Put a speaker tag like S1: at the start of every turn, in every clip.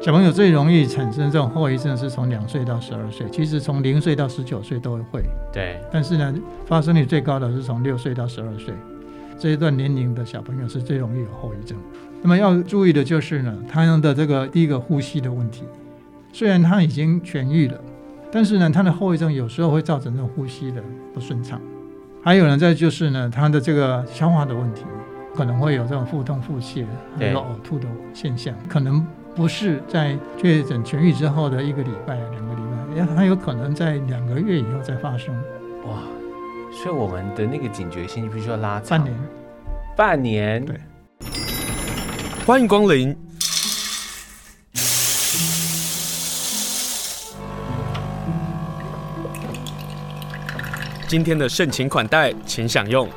S1: 小朋友最容易产生这种后遗症是从两岁到十二岁，其实从零岁到十九岁都会，
S2: 对，
S1: 但是呢，发生率最高的是从六岁到十二岁这一段年龄的小朋友是最容易有后遗症。那么要注意的就是呢，他的这个第一个呼吸的问题，虽然他已经痊愈了，但是呢，他的后遗症有时候会造成这种呼吸的不顺畅。还有呢，再就是呢，他的这个消化的问题，可能会有这种腹痛、腹泻，还
S2: 对
S1: 有呕吐的现象，可能不是在确诊痊愈之后的一个礼拜、两个礼拜，也很有可能在两个月以后再发生，
S2: 哇，所以我们的那个警觉性必须要拉长
S1: 半年。
S2: 半年，
S1: 对
S3: 欢迎光临。今天的盛情款待，请享用。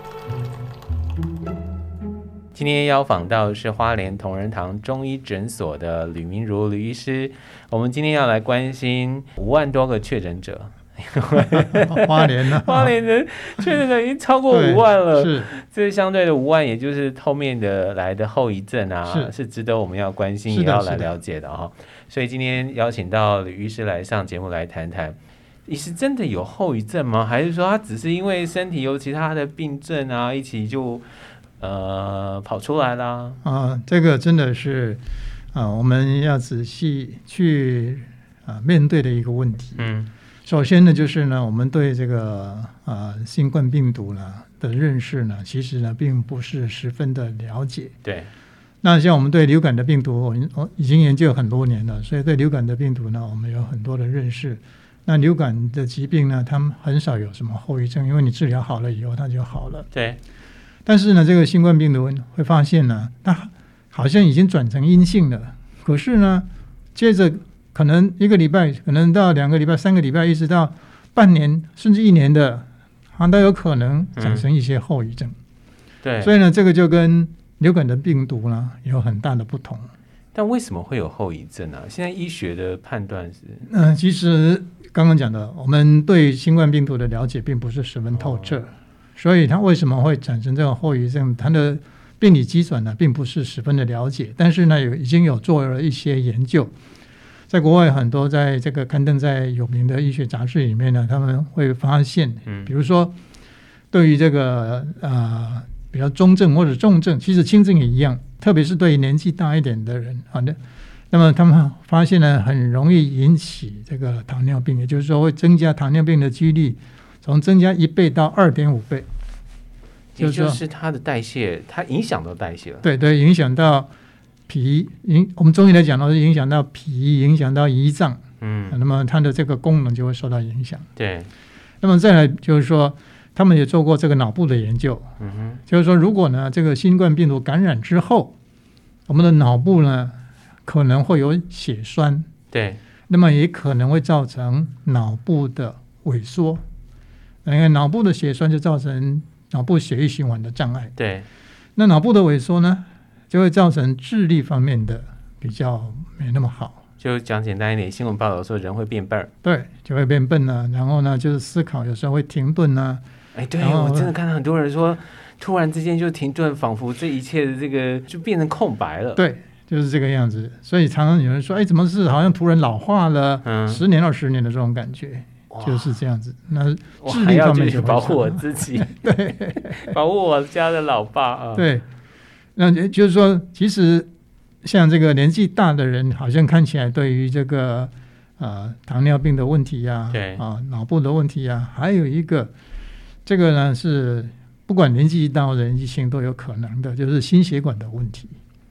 S2: 今天邀访到是花莲同仁堂中医诊所的吕明如吕医师，我们今天要来关心五万多个确诊
S1: 啊
S2: 者，？
S1: 花莲呢
S2: 花莲的确诊者已经超过
S1: 对
S2: 五万了，
S1: 是
S2: 这相对的五万，也就是后面的来的后遗症啊，
S1: 是
S2: 值得我们要关心，
S1: 是
S2: 也
S1: 的
S2: 要来
S1: 是的
S2: 了解的哈、所以今天邀请到吕医师来上节目来谈谈，医师真的有后遗症吗？还是说他只是因为身体有其他的病症啊，一起就呃跑出来啦？
S1: 啊、这个真的是啊、我们要仔细去啊、面对的一个问题。
S2: 嗯，
S1: 首先呢，就是呢，我们对这个啊、新冠病毒呢的认识呢，其实呢并不是十分的了解。
S2: 对，
S1: 那像我们对流感的病毒，我们我已经研究很多年了，所以对流感的病毒呢，我们有很多的认识。那流感的疾病呢，他们很少有什么后遗症，因为你治疗好了以后，它就好了。
S2: 对，
S1: 但是呢，这个新冠病毒会发现呢，它好像已经转成阴性了，可是呢，接着可能一个礼拜，可能到两个礼拜、三个礼拜，一直到半年甚至一年的，它都有可能产生一些后遗症。
S2: 对。
S1: 所以呢，这个就跟流感的病毒呢有很大的不同。
S2: 但为什么会有后遗症啊？现在医学的判断是，
S1: 嗯、其实刚刚讲的，我们对新冠病毒的了解并不是十分透彻，
S2: 哦
S1: 所以它为什么会产生这种后遗症，它的病理基准呢，并不是十分的了解。但是呢，有已经有做了一些研究，在国外很多在这个刊登在有名的医学杂志里面呢，他们会发现，
S2: 嗯
S1: 比，如说对于这个呃比较中症或者重症，其实轻症也一样，特别是对于年纪大一点的人，好的，那么他们发现呢，很容易引起这个糖尿病，也就是说会增加糖尿病的几率，从增加一倍到二点五倍，就
S2: 也
S1: 是说
S2: 就是它的代谢，它影响到代谢了。
S1: 对对，影响到脾影，我们中医来讲呢，是影响到脾，影响到胰脏，
S2: 嗯，
S1: 那么它的这个功能就会受到影响。
S2: 对，
S1: 那么再来就是说，他们也做过这个脑部的研究，
S2: 嗯哼，
S1: 就是说，如果呢这个新冠病毒感染之后，我们的脑部呢可能会有血栓，
S2: 对，
S1: 那么也可能会造成脑部的萎缩，因为脑部的血栓就造成脑部血液循环的障碍。
S2: 对，
S1: 那脑部的萎缩呢，就会造成智力方面的比较没那么好，
S2: 就讲简单一点，新闻报道说人会变笨儿。
S1: 对，就会变笨了。然后呢，就是思考有时候会停顿啊呢、
S2: 哎，对
S1: 然后
S2: 我
S1: 呢
S2: 真的看到很多人说，突然之间就停顿，仿佛这一切的这个就变成空白了。，
S1: 对，就是这个样子。所以常常有人说，哎，怎么是好像突然老化了，
S2: 嗯
S1: 十年二十年的这种感觉，
S2: 哇嗯
S1: 就是这样子。那
S2: 我
S1: 智
S2: 还
S1: 力
S2: 要
S1: 方
S2: 继
S1: 面
S2: 续
S1: 就会
S2: 保护
S1: 差
S2: 我 自己， 保护我家的老爸啊。，
S1: 对，那也就是说，其实像这个年纪大的人，好像看起来对于这个呃糖尿病的问题呀、啊，
S2: 对
S1: 脑部的问题呀、还有一个这个呢是不管年纪大或者年纪轻都有可能的，就是心血管的问题，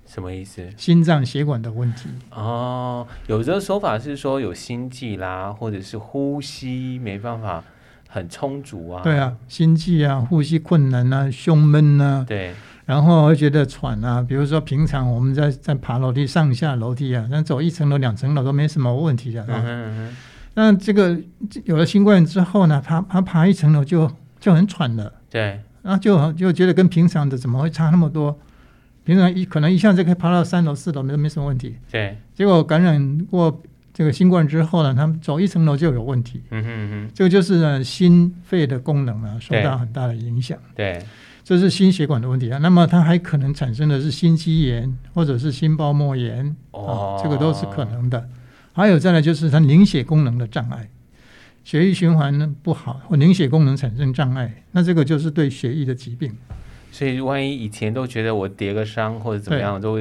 S2: 什么意思？
S1: 心脏血管的问题。
S2: 哦，有的说法是说有心悸啦，或者是呼吸没办法很充足啊。
S1: 对啊，心悸啊，呼吸困难啊，胸闷啊，
S2: 对，
S1: 然后会觉得喘啊。比如说平常我们在在爬楼梯、上下楼梯啊，那走一层楼、两层楼都没什么问题的、啊。
S2: 嗯哼嗯
S1: 那这个有了新冠之后呢，爬爬爬一层楼就就很喘了，
S2: 哼，对，
S1: 然后就就觉得跟平常的怎么会差那么多？平常一可能一下子可以爬到三楼、四楼没没什么问题，
S2: 对，
S1: 结果感染过这个新冠之后呢，他们走一层楼就有问题。
S2: 嗯哼嗯
S1: 这个就是呢，心肺的功能呢受
S2: 对
S1: 到很大的影响。
S2: 哼，对，
S1: 这是心血管的问题啊。那么它还可能产生的是心肌炎或者是心包膜炎啊
S2: 哦，
S1: 这个都是可能的。还有再来就是它凝血功能的障碍，血液循环呢不好或凝血功能产生障碍，那这个就是对血液的疾病。
S2: 所以万一以前都觉得我跌个伤或者怎么样都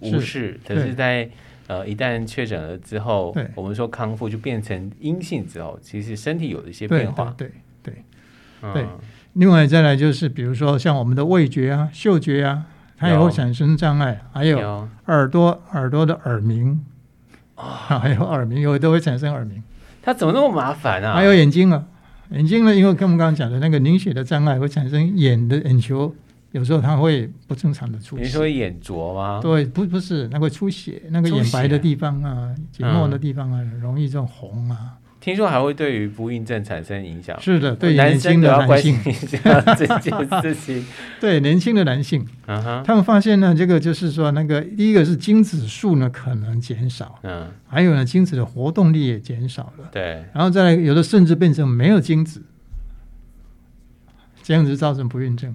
S2: 无视，可是
S1: 对
S2: 在呃一旦确诊了之后
S1: 对，
S2: 我们说康复就变成阴性之后，其实身体有一些
S1: 对
S2: 变化。
S1: 对对对。
S2: 嗯
S1: 对另外再来就是，比如说像我们的味觉啊、嗅觉啊，它也
S2: 有
S1: 会产生障碍，还有
S2: 有
S1: 耳朵、耳朵的耳鸣啊，还有耳鸣，有的会产生耳鸣，
S2: 它怎么那么麻烦啊？
S1: 还有眼睛啊，眼睛呢，因为跟我们刚刚讲的那个凝血的障碍，会产生眼的眼球，有时候它会不正常的出
S2: 你
S1: 血。
S2: 说眼拙吗？
S1: 对，不不是，那会出血，那个
S2: 出
S1: 眼白的
S2: 血
S1: 地方啊，结膜
S2: 嗯
S1: 的地方啊，容易这种红啊。
S2: 听说还会对于不孕症产生影响。
S1: 是的，对于
S2: 嗯男
S1: 年
S2: 生
S1: 轻
S2: 都
S1: 的
S2: 要
S1: 男
S2: 关心
S1: 性，
S2: 一下这件事 情。
S1: 对年轻的男性，
S2: 嗯哼，
S1: 他们发现呢，这个就是说，那个第一个是精子数呢可能减少，
S2: 嗯，
S1: 还有呢精子的活动力也减少了，
S2: 对，
S1: 然后再来有的甚至变成没有精子，这样子造成不孕症，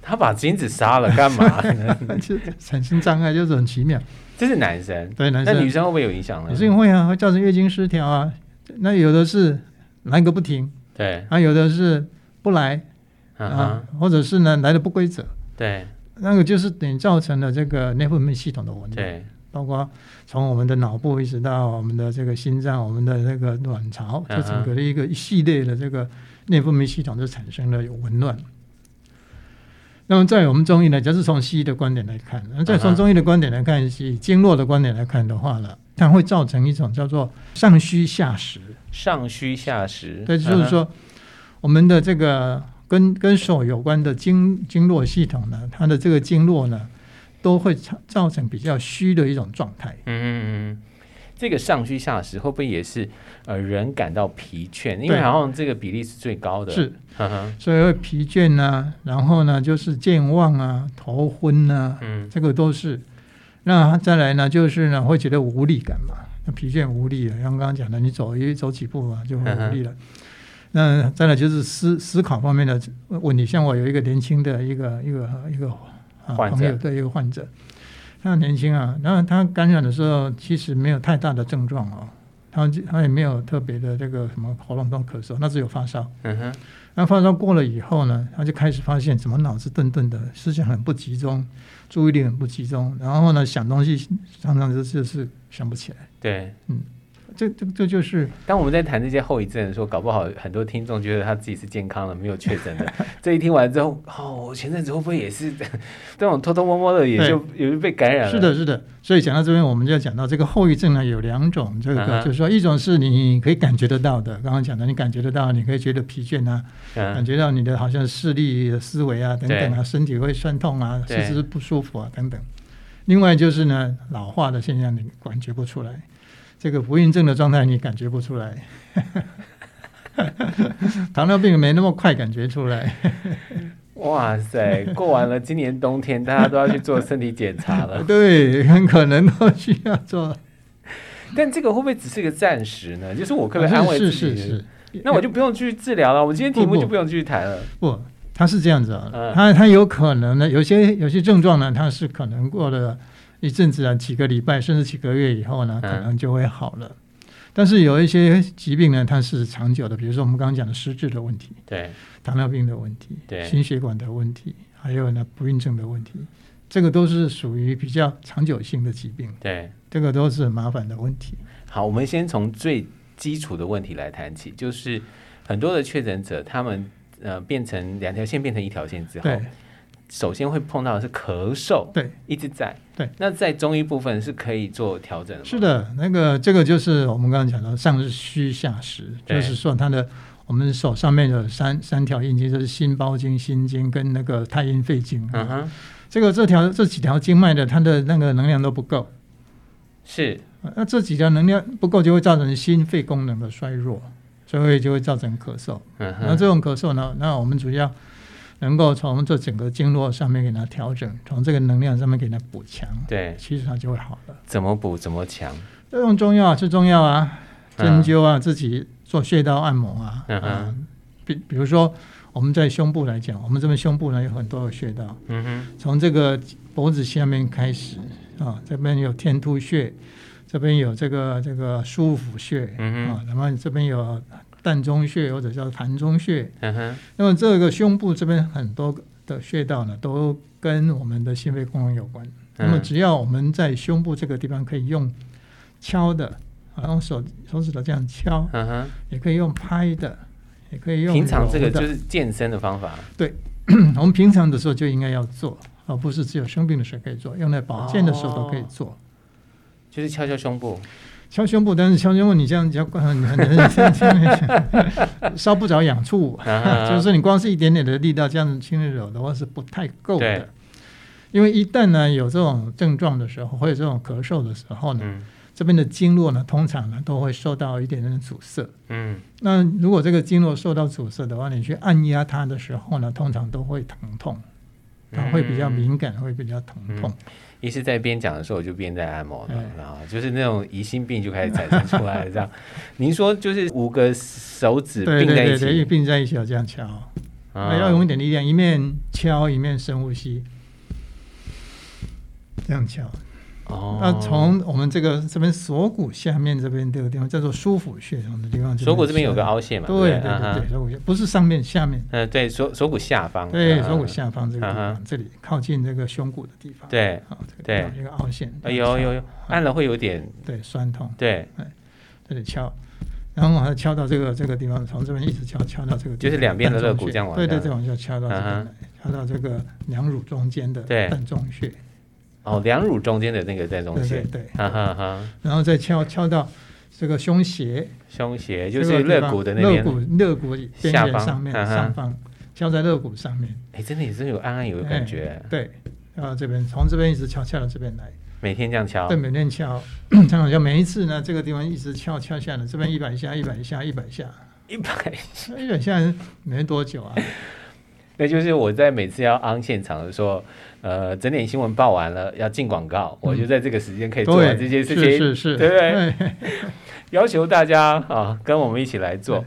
S2: 他把精子杀了干嘛 呢？
S1: 就产生障碍，就是很奇妙。
S2: 这是男生，
S1: 对男
S2: 那女
S1: 生
S2: 生会不会有影响呢？
S1: 女性会啊，会造成月经失调啊，那有的是来个不停，
S2: 对，
S1: 啊有的是不来
S2: 嗯
S1: 啊
S2: 哼，，
S1: 或者是呢来的不规则，
S2: 对
S1: 那个就是等于造成了这个内分泌系统的紊乱。
S2: 对，
S1: 包括从我们的脑部一直到我们的这个心脏、我们的那个卵巢，
S2: 嗯哼
S1: 这整个的一个一系列的这个内分泌系统就产生了有紊乱。那么，在我们中医呢，就是从西医的观点来看，那再
S2: 嗯
S1: 从
S2: 哼
S1: 中医的观点来看，以经络的观点来看的话呢，它会造成一种叫做上虚下实，
S2: 上虚下实，
S1: 对，就是说我们的这个跟跟手有关的经经络系统呢，它的这个经络呢，都会造造成比较虚的一种状态。
S2: 嗯哼，嗯嗯。这个上虚下实会不会也是呃人感到疲倦？因为
S1: 对
S2: 好像这个比例是最高的。
S1: 是，
S2: 嗯哼，
S1: 所以会疲倦呐、然后呢就是健忘啊、头昏呐、
S2: 嗯，
S1: 这个都是。那再来呢，就是呢会觉得无力感嘛，那疲倦无力了。啊像刚刚讲的，你走一走几步啊就会无
S2: 嗯
S1: 力了。那再来就是思思考方面的问题，像我有一个年轻的一个一个一个啊
S2: 患者
S1: 朋友，对一个患者，他年轻啊，然后他感染的时候其实没有太大的症状哦，他就他也没有特别的这个什么喉咙痛、咳嗽，那只有发烧。
S2: 嗯哼，
S1: 那发烧过了以后呢，他就开始发现怎么脑子顿顿的，思想很不集中，注意力很不集中，然后呢想东西常常就就是想不起来。
S2: 对。
S1: 这这这就是
S2: 当我们在谈这些后遗症的时候，搞不好很多听众觉得他自己是健康的，没有确 诊的。这一听完之后，哦，我前阵子会不会也是 这种偷偷摸摸的，也就也就被感染了？
S1: 是的，，是的。所以讲到这边，我们就要讲到这个后遗症呢，有两种，这
S2: 嗯哼
S1: 个就是说，一种是你可以感觉得到的，刚刚讲的，你感觉得到，你可以觉得疲倦啊，感
S2: 嗯，
S1: 觉到你的好像视力、思维啊等等啊，
S2: 对
S1: 身体会酸痛啊，
S2: 对
S1: 四肢不舒服啊等等。另外就是呢，老化的现象你感觉不出来，这个不孕症的状态你感觉不出来， 糖尿病没那么快感觉出 来。。
S2: 哇塞，过完了今年冬天，大家都要去做身体检查了
S1: 对，很可能都需要做。
S2: 但这个会不会只是个暂时呢？就是我可不可以安慰自
S1: 啊是
S2: 己？
S1: 是是，
S2: 那我就不用去治疗了，我今天题目就不用继续谈了。
S1: 不，它是这样子
S2: 嗯
S1: 啊，它它有可能呢，有些有些症状呢，它是可能过了一阵子啊，几个礼拜甚至几个月以后呢，可
S2: 嗯
S1: 能就会好了。但是有一些疾病呢，它是长久的，比如说我们刚刚讲的失智的问题、
S2: 对，
S1: 糖尿病的问题、
S2: 对
S1: 心血管的问题，还有呢不孕症的问题，这个都是属于比较长久性的疾病，
S2: 对，
S1: 这个都是很麻烦的问题。
S2: 好，我们先从最基础的问题来谈起，就是很多的确诊者，他们呃变成两条线变成一条线之后，
S1: 对
S2: 首先会碰到的是咳嗽，
S1: 对，
S2: 一直在。
S1: 对，
S2: 那在中医部分是可以做调整的。
S1: 是，的，那个这个就是我们刚刚讲到上是虚下实，
S2: 对
S1: 就是说它的我们手上面有三三条阴经，就是心包经、心经跟那个太阴肺经。啊
S2: 嗯哼，
S1: 这个这条这几条经脉的它的那个能量都不够，
S2: 是
S1: 呃那这几条能量不够就会造成心肺功能的衰弱，所以就会造成咳嗽。
S2: 嗯
S1: 那这
S2: 哼，
S1: 种咳嗽呢，那我们主要能够从这整个经络上面给它调整，从这个能量上面给它补强，
S2: 对，
S1: 其实它就会好了。
S2: 怎么补怎么强，
S1: 要用中药啊，吃中药啊，针灸啊，自己做穴道按摩啊。
S2: 嗯哼
S1: 啊比比如说，我们在胸部来讲，我们这边胸部呢有很多个穴道，
S2: 嗯哼，
S1: 从这个脖子下面开始啊，这边有天突穴，这边有这个这个舒府穴、
S2: 嗯哼
S1: 啊，然后这边有膻中穴或者叫膻中穴。
S2: 嗯哼，
S1: 那么这个胸部这边很多的穴道呢，都跟我们的心肺功能有关。那么
S2: 嗯
S1: 只要我们在胸部这个地方可以用敲的，啊，用手手指头这样敲，
S2: 嗯哼，
S1: 也可以用拍的，也可以用
S2: 平常这个
S1: 揉的嗯
S2: 就是健身的方法，
S1: 我们平常的时候就应该要做，而不是只有生病的时候可以做，用来保健的时候都可以做。
S2: 就是敲敲胸部，
S1: 敲胸部，但是敲胸部你这样你要很很很烧不着痒处，
S2: 啊
S1: 就是说你光是一点点的力道这样子轻轻揉的话是不太够
S2: 对
S1: 的。因为一旦呢有这种症状的时候，或者这种咳嗽的时候呢，
S2: 嗯
S1: 这边的经络呢通常呢都会受到一点点的阻塞。
S2: 嗯
S1: 那如果这个经络受到阻塞的话，你去按压它的时候呢，通常都会疼痛，它会比较敏感，会比较疼痛。
S2: 医师在边讲的时候，我就边在按摩了
S1: 嗯，
S2: 然后就是那种疑心病就开始产生出来了。这样， 您说就是五个手指
S1: 对
S2: 并
S1: 对
S2: 在一
S1: 对对，一
S2: 起，
S1: 并在一起要这样敲，
S2: 啊
S1: 要用一点力量，一面敲一面深呼吸，这样敲。
S2: 哦，
S1: 那从我们这个这边锁骨下面这边这个地方叫做舒腹穴，我们的地方
S2: 锁骨这边有个
S1: 凹，
S2: 凹陷嘛，不
S1: 对对
S2: 嗯
S1: 对
S2: 哼
S1: 对，锁骨不是上面下面，
S2: 嗯，对，锁锁骨下方，
S1: 对
S2: 嗯
S1: 锁骨，下方这个地
S2: 嗯
S1: 方，这里靠近这个胸骨的地方，
S2: 对，
S1: 好，这个
S2: 对
S1: 地方有一个凹陷，
S2: 哎呦呦，呦，按了会有点，
S1: 对，酸痛。
S2: 对，
S1: 这里敲，然后往下敲到这个这个地方，从这边一直敲敲到这个地方，
S2: 就是两边的肋骨
S1: 膻中穴
S2: 这样往下
S1: 对对，再往下敲到这边
S2: 嗯
S1: 来，敲到这个两乳中间的
S2: 对
S1: 膻中穴，
S2: 哦，两乳中间的那个在中
S1: 对对
S2: 线，
S1: 对，
S2: 哈哈哈，
S1: 然后再敲敲到这个胸胁，
S2: 胸胁就
S1: 这
S2: 是
S1: 个地
S2: 肋
S1: 方
S2: 骨的那边
S1: 肋，骨肋骨边
S2: 下
S1: 缘
S2: 方
S1: 上面
S2: 嗯哼
S1: 上方，敲在肋骨上面，哎
S2: 哎，真的也是有暗暗有感觉，
S1: 对，然后这边从这边一直敲敲到这边来，
S2: 每天这样敲
S1: 对，，每天敲， 这样敲，每一次呢，这个地方一直敲敲下来，这边一百下，一百下，一百下，
S2: 一百
S1: 一百下没多久啊。
S2: 那就是我在每次要 on 现场的时候，呃，整点新闻报完了要进广告，我就在这个时间可以做
S1: 嗯对，
S2: 完这件事
S1: 是
S2: 情，
S1: 是是，嗯哎
S2: 对不对
S1: 对？
S2: 要求大家啊跟我们一起来做。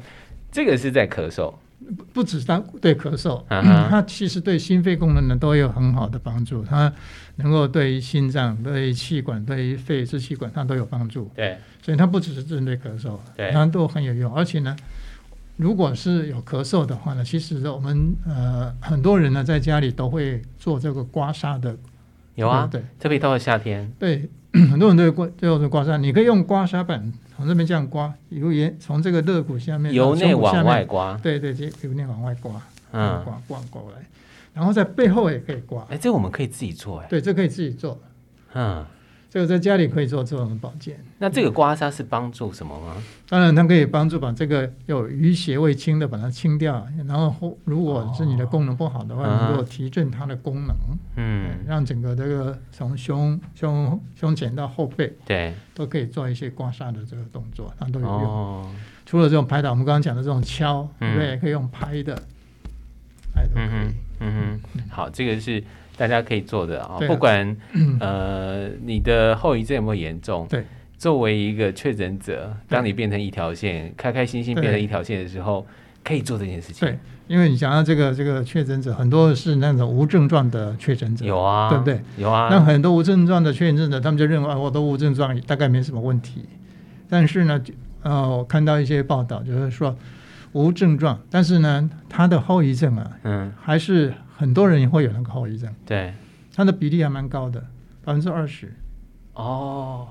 S2: 这个是在咳嗽，
S1: 不不止它对咳嗽，嗯
S2: 啊哈
S1: 它其实对心肺功能呢都有很好的帮助，它能够对于心脏、对于气管、对于肺支气管它都有帮助，
S2: 对，
S1: 所以它不只是针对咳嗽，
S2: 对
S1: 它都很有用，而且呢。如果是有咳嗽的话呢，其实我们呃很多人呢在家里都会做这个刮痧的，
S2: 有啊，
S1: 嗯对
S2: 特别到了夏天，
S1: 对， 很多人都会刮，都有做刮痧。你可以用刮痧板从这边这样刮，由沿从这个肋骨下面
S2: 由内
S1: 从胸骨下
S2: 往
S1: 面
S2: 外刮，
S1: 对对，就由内往外刮，
S2: 嗯，
S1: 刮刮过来，然后在背后也可以刮，
S2: 哎，这我们可以自己做，哎，
S1: 对，这可以自己做，
S2: 嗯，
S1: 这个在家里可以做这种保健。
S2: 那这个刮痧是帮助什么吗？
S1: 当然，它可以帮助把这个有淤血未清的把它清掉，然后后如果是你的功能不好的话，
S2: 哦
S1: 能够提振它的功能，
S2: 嗯，
S1: 让整个这个从胸胸胸前到后背
S2: 对，
S1: 都可以做一些刮痧的这个动作，它都有用。
S2: 哦，
S1: 除了这种拍打，我们刚刚讲的这种敲，对
S2: 嗯
S1: 不对？也可以用拍的，哎，都可
S2: 嗯
S1: 以。
S2: 哼，嗯哼，好，这个是大家可以做的啊，
S1: 对啊
S2: 不管呃你的后遗症有没有严重，
S1: 对，
S2: 作为一个确诊者，当你变成一条线，开开心心
S1: 对
S2: 变成一条线的时候，可以做这件事情
S1: 对，，因为你想到这个这个确诊者，很多是那种无症状的确诊者，
S2: 有啊，
S1: 对不对？
S2: 有
S1: 那
S2: 啊，
S1: 很多无症状的确诊者，他们就认为啊，我都无症状，大概没什么问题。但是呢，就呃，我看到一些报道，就是说无症状，但是呢，他的后遗症啊，
S2: 嗯，
S1: 还是很多人会有那个后遗症，
S2: 对，
S1: 它的比例还蛮高的，百分之二十，
S2: 哦，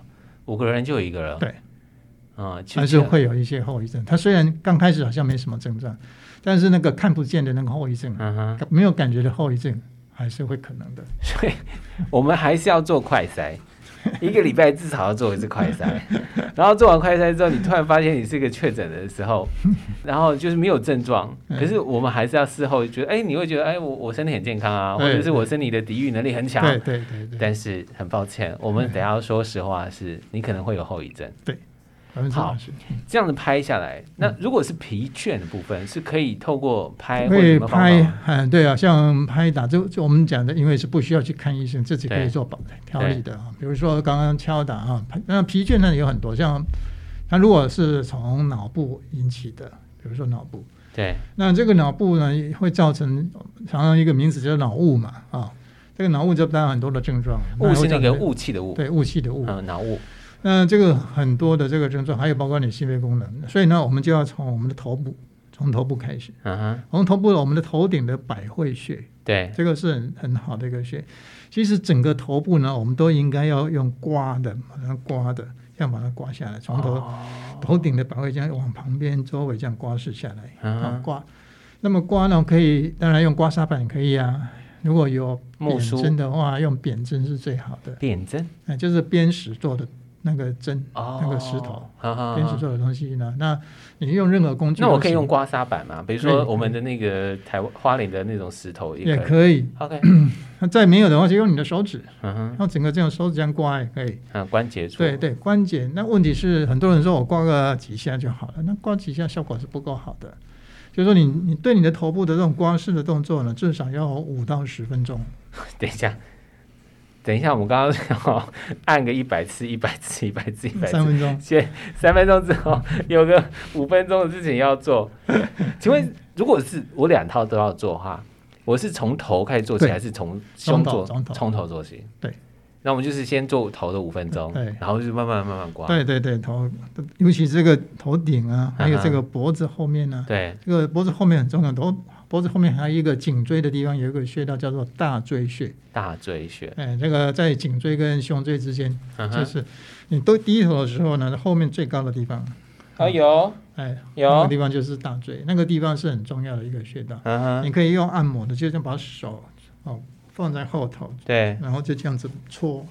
S2: 五个人就一个了，
S1: 对，
S2: 嗯，其实
S1: 还是会有一些后遗症。他虽然刚开始好像没什么症状，但是那个看不见的那个后遗症，啊
S2: 嗯哼，
S1: 没有感觉的后遗症，还是会可能的。
S2: 所以我们还是要做快 筛，一个礼拜至少要做一次快筛。然后做完快筛之后，你突然发现你是一个确诊的时候，然后就是没有症状，
S1: 嗯
S2: 可是我们还是要事后觉得，哎、你会觉得，哎、我我身体很健康啊，或
S1: 对
S2: 者是我身体的抵御能力很强。
S1: 嗯对对对对。
S2: 但是很抱歉，我们等一下要说实话是，你可能会有后遗症。
S1: 百分之
S2: 好
S1: 二十，
S2: 这样子拍下来，
S1: 嗯
S2: 那如果是疲倦的部分，是可以透过拍或者
S1: 会
S2: 什么方法
S1: 拍
S2: 吗？，
S1: 嗯，对啊，像拍打，就就我们讲的，因为是不需要去看医生，自己可
S2: 对
S1: 以做保调理的啊。比如说刚刚敲打啊，拍那疲倦呢有很多，像它如果是从脑部引起的，比如说脑部，
S2: 对，
S1: 那这个脑部呢，会造成常常一个名词叫脑雾嘛，啊，这个脑雾就当然很多的症状，
S2: 雾是那
S1: 那
S2: 个，雾气的雾，
S1: 对雾气的雾。
S2: 嗯，脑雾，
S1: 那这个很多的这个症状，还有包括你心肺功能，所以呢，我们就要从我们的头部，从头部开始，
S2: 嗯哼，
S1: 从头部我们的头顶的百会穴，
S2: 对，
S1: 这个是很很好的一个穴。其实整个头部呢，我们都应该要用刮的，把它刮的，这样把它刮下来，从头、
S2: 哦
S1: 头顶的百会这样往旁边周围这样刮拭下来，啊
S2: 嗯，
S1: 刮。那么刮呢，可以当然用刮痧板也可以啊。如果有
S2: 木
S1: 扁
S2: 梳
S1: 针的话，用扁针是最好的，
S2: 扁针，
S1: 那啊就是砭石做的那个针，
S2: 哦，
S1: 那个石头，
S2: 哈哈
S1: 砭石
S2: 哈。
S1: 做的东西呢。那你用任何工具都
S2: 那
S1: 行，
S2: 我可以用刮痧板吗？比如说
S1: 对
S2: 我们的那个台湾花莲的那种石头
S1: 也
S2: 可以。
S1: 可以。
S2: OK，
S1: 那再没有的话，就用你的手指，
S2: 嗯哼，
S1: 用整个这样手指这样刮也可以。
S2: 嗯，关节处，
S1: 对对，关节。那问题是，很多人说我刮个几下就好了，那刮几下效果是不够好的。就是说你，你对你的头部的这种刮拭的动作呢，至少要五到十分钟。
S2: 等一下，等一下，我们刚 刚要按个一百次，一百次，一百次，一百
S1: 三
S2: 次。
S1: 分钟，
S2: 先三分钟之后有个五分钟的事情 要做，请问如果是我两套都要做的话，我是从头开始做起，
S1: 对
S2: 还是从胸做？
S1: 从头从头
S2: 做起。
S1: 对，
S2: 那我们就是先做头的五分钟
S1: 对，
S2: 然后就慢慢慢慢刮。嗯
S1: 对对对，头，尤其这个头顶啊，还有这个脖子后面呢、
S2: 对
S1: 这个脖子后面很重要，头脖子后面还有一个颈椎的地方有一个穴道叫做大椎穴，
S2: 大椎穴，
S1: 哎，这个在颈椎跟胸椎之间，
S2: 嗯
S1: 就
S2: 哼，
S1: 是你都低头的时候呢，后面最高的地方，
S2: 哦有
S1: 哎，那个
S2: 有，
S1: 地方就是大椎，那个地方是很重要的一个穴道。
S2: 嗯哼，
S1: 你可以用按摩的，就像把手哦放在后头，
S2: 对，
S1: 然后就这样子搓，